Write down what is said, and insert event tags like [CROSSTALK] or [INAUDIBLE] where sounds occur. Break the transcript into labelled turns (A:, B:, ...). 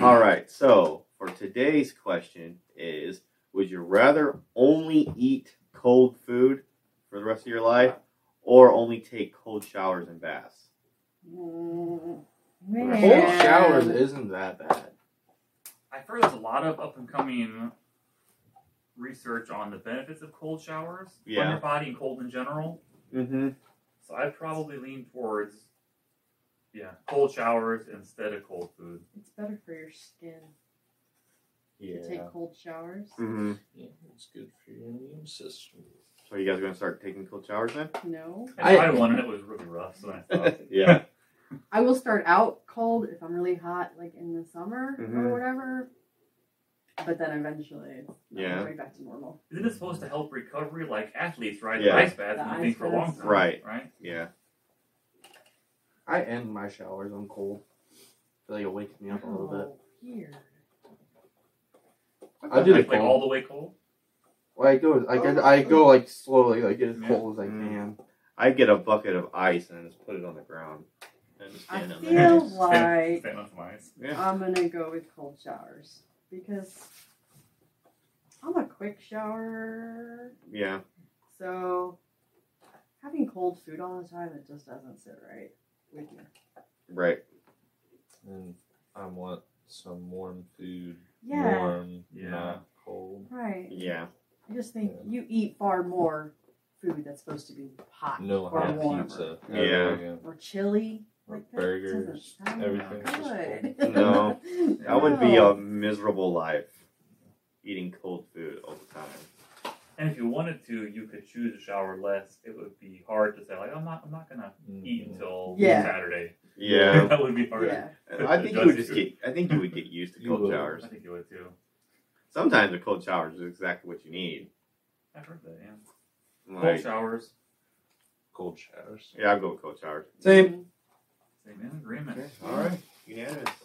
A: All right. So for today's question is: Would you rather only eat cold food for the rest of your life, or only take cold showers and baths?
B: Mm,
A: Cold
B: man.
C: Cold showers isn't that bad.
D: I've heard there's a lot of up and coming research on the benefits of cold showers on
A: Yeah.
D: your body and cold in general.
A: Mm-hmm.
D: So I'd probably lean towards, yeah, cold showers instead of cold food.
B: It's better for your skin
C: Yeah.
B: to take cold showers.
C: Mm.
A: Mm-hmm.
C: yeah, it's good for your immune system.
A: So you guys are gonna start taking cold showers then?
B: No.
D: And I, tried one and it was really rough. So I thought,
A: Yeah.
B: I will start out cold if I'm really hot, like in the summer
A: Mhm.
C: Mm-hmm.
B: or whatever. But then eventually,
A: Yeah.
B: I'm way back to normal.
D: isn't it supposed to help recovery? Like athletes ride
A: Yeah.
D: the ice baths
B: The
D: and
B: ice
D: things for a long
B: baths.
A: [LAUGHS]
D: time,
A: Right.
D: Right.
A: yeah.
C: I end my showers on cold. I feel like it wakes me up a little bit.
B: Oh, weird.
C: I do the
D: like, like all
C: cold.
D: the way cold.
C: Well, I go, like I, I go like slowly, like get as
D: Yeah.
C: cold as I
A: Mm.
C: can.
A: I get a bucket of ice and just put it on the ground and just
B: I
A: stand in there.
B: feel
D: Stand-
B: like
D: stand on some ice.
A: Yeah.
B: I'm gonna go with cold showers because I'm a quick shower.
A: Yeah.
B: So having cold food all the time, it just doesn't sit right with me.
A: Right.
C: And I want some warm food.
B: Yeah,
C: Warm,
D: Yeah.
C: not cold.
B: right.
A: Yeah.
B: I just think you eat far more food that's supposed to be hot
C: No
B: or
C: hot
B: warmer
C: pizza.
A: Yeah.
C: Everything.
B: or chili.
C: Or
B: Like that
C: burgers.
B: doesn't sound
C: Everything. is just cold.
B: Good. [LAUGHS]
A: No. That would be
B: No.
A: a miserable life eating cold food all the time.
D: And if you wanted to, you could choose to shower less. It would be hard to say like I'm not I'm not gonna eat
C: Mhm.
D: until
B: Yeah.
D: Saturday.
A: Yeah.
D: [LAUGHS] that would be hard.
B: Yeah.
A: I think you would just get I think you would get used to
C: [LAUGHS] You
A: cold
C: would.
A: showers.
D: I think you would too.
A: Sometimes a cold shower is exactly what you need.
D: I've heard that. Yeah. Cold
A: Like,
D: showers.
C: Cold showers.
A: yeah, I'll go with cold showers.
C: Same.
D: Same in agreement.
A: All right. Unanimous.